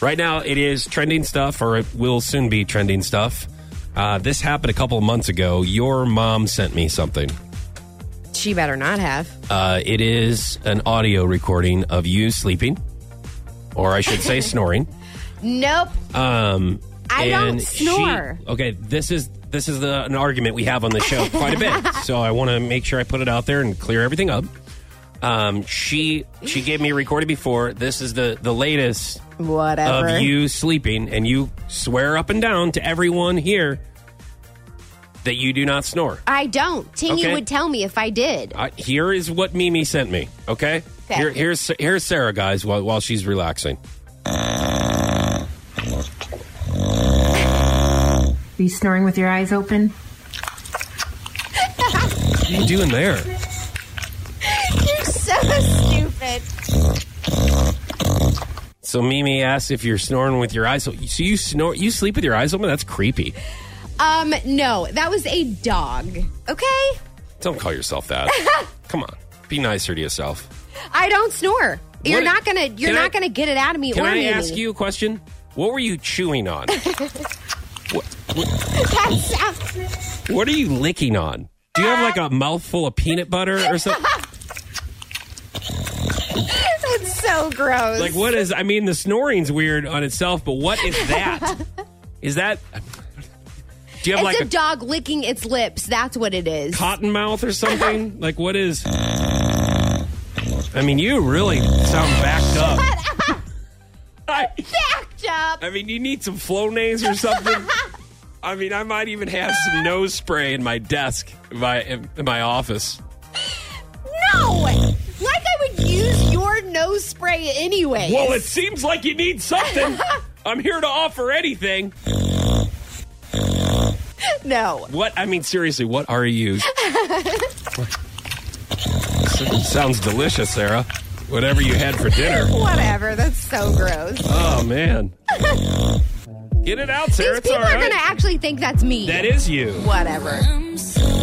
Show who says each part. Speaker 1: Right now, it is trending stuff, or it will soon be trending stuff. Uh, this happened a couple of months ago. Your mom sent me something.
Speaker 2: She better not have.
Speaker 1: Uh, it is an audio recording of you sleeping, or I should say snoring.
Speaker 2: Nope.
Speaker 1: Um,
Speaker 2: I don't
Speaker 1: and she-
Speaker 2: snore.
Speaker 1: okay, this is this is the, an argument we have on the show quite a bit. so I want to make sure I put it out there and clear everything up. Um, she she gave me a recording before. This is the the latest
Speaker 2: Whatever.
Speaker 1: of you sleeping, and you swear up and down to everyone here that you do not snore.
Speaker 2: I don't. Tingy
Speaker 1: Okay.
Speaker 2: would tell me if I did.
Speaker 1: I, here is what Mimi sent me. Okay,
Speaker 2: Okay.
Speaker 1: Here, here's here's Sarah, guys, while while she's relaxing.
Speaker 3: Are you snoring with your eyes open?
Speaker 1: What are you doing there?
Speaker 2: You're so stupid.
Speaker 1: So Mimi asks if you're snoring with your eyes. open. So you snore, you sleep with your eyes open. That's creepy.
Speaker 2: Um, no, that was a dog. Okay?
Speaker 1: Don't call yourself that. Come on, be nicer to yourself.
Speaker 2: I don't snore. You're
Speaker 1: What-
Speaker 2: not gonna you're
Speaker 1: Can I-
Speaker 2: not gonna get it out of me
Speaker 1: Can
Speaker 2: or
Speaker 1: I
Speaker 2: me.
Speaker 1: ask you a question? What were you chewing on?
Speaker 2: That sounds-
Speaker 1: what are you licking on? Do you have like a mouthful of peanut butter or something?
Speaker 2: that's so gross.
Speaker 1: Like what is? I mean, the snoring's weird on itself, but what is that? is that? Do you
Speaker 2: it's
Speaker 1: have like
Speaker 2: a, dog licking its lips. That's what it is.
Speaker 1: cotton mouth or something? like what is? I mean, you really sound backed up. I,
Speaker 2: Backed up.
Speaker 1: I mean, you need some Flonase or something. I mean, I might even have some nose spray in my desk, in my in my office.
Speaker 2: No! Like I would use your nose spray anyway.
Speaker 1: Well, it seems like you need something. I'm here to offer anything.
Speaker 2: no.
Speaker 1: What? I mean, seriously, what are you? S- Sounds delicious, Sarah. Whatever you had for dinner.
Speaker 2: Whatever. That's so gross.
Speaker 1: Oh, man. Get it out, Sarah.
Speaker 2: These
Speaker 1: It's
Speaker 2: people
Speaker 1: all
Speaker 2: are
Speaker 1: right.
Speaker 2: gonna actually think that's me.
Speaker 1: that is you.
Speaker 2: Whatever.
Speaker 4: I'm so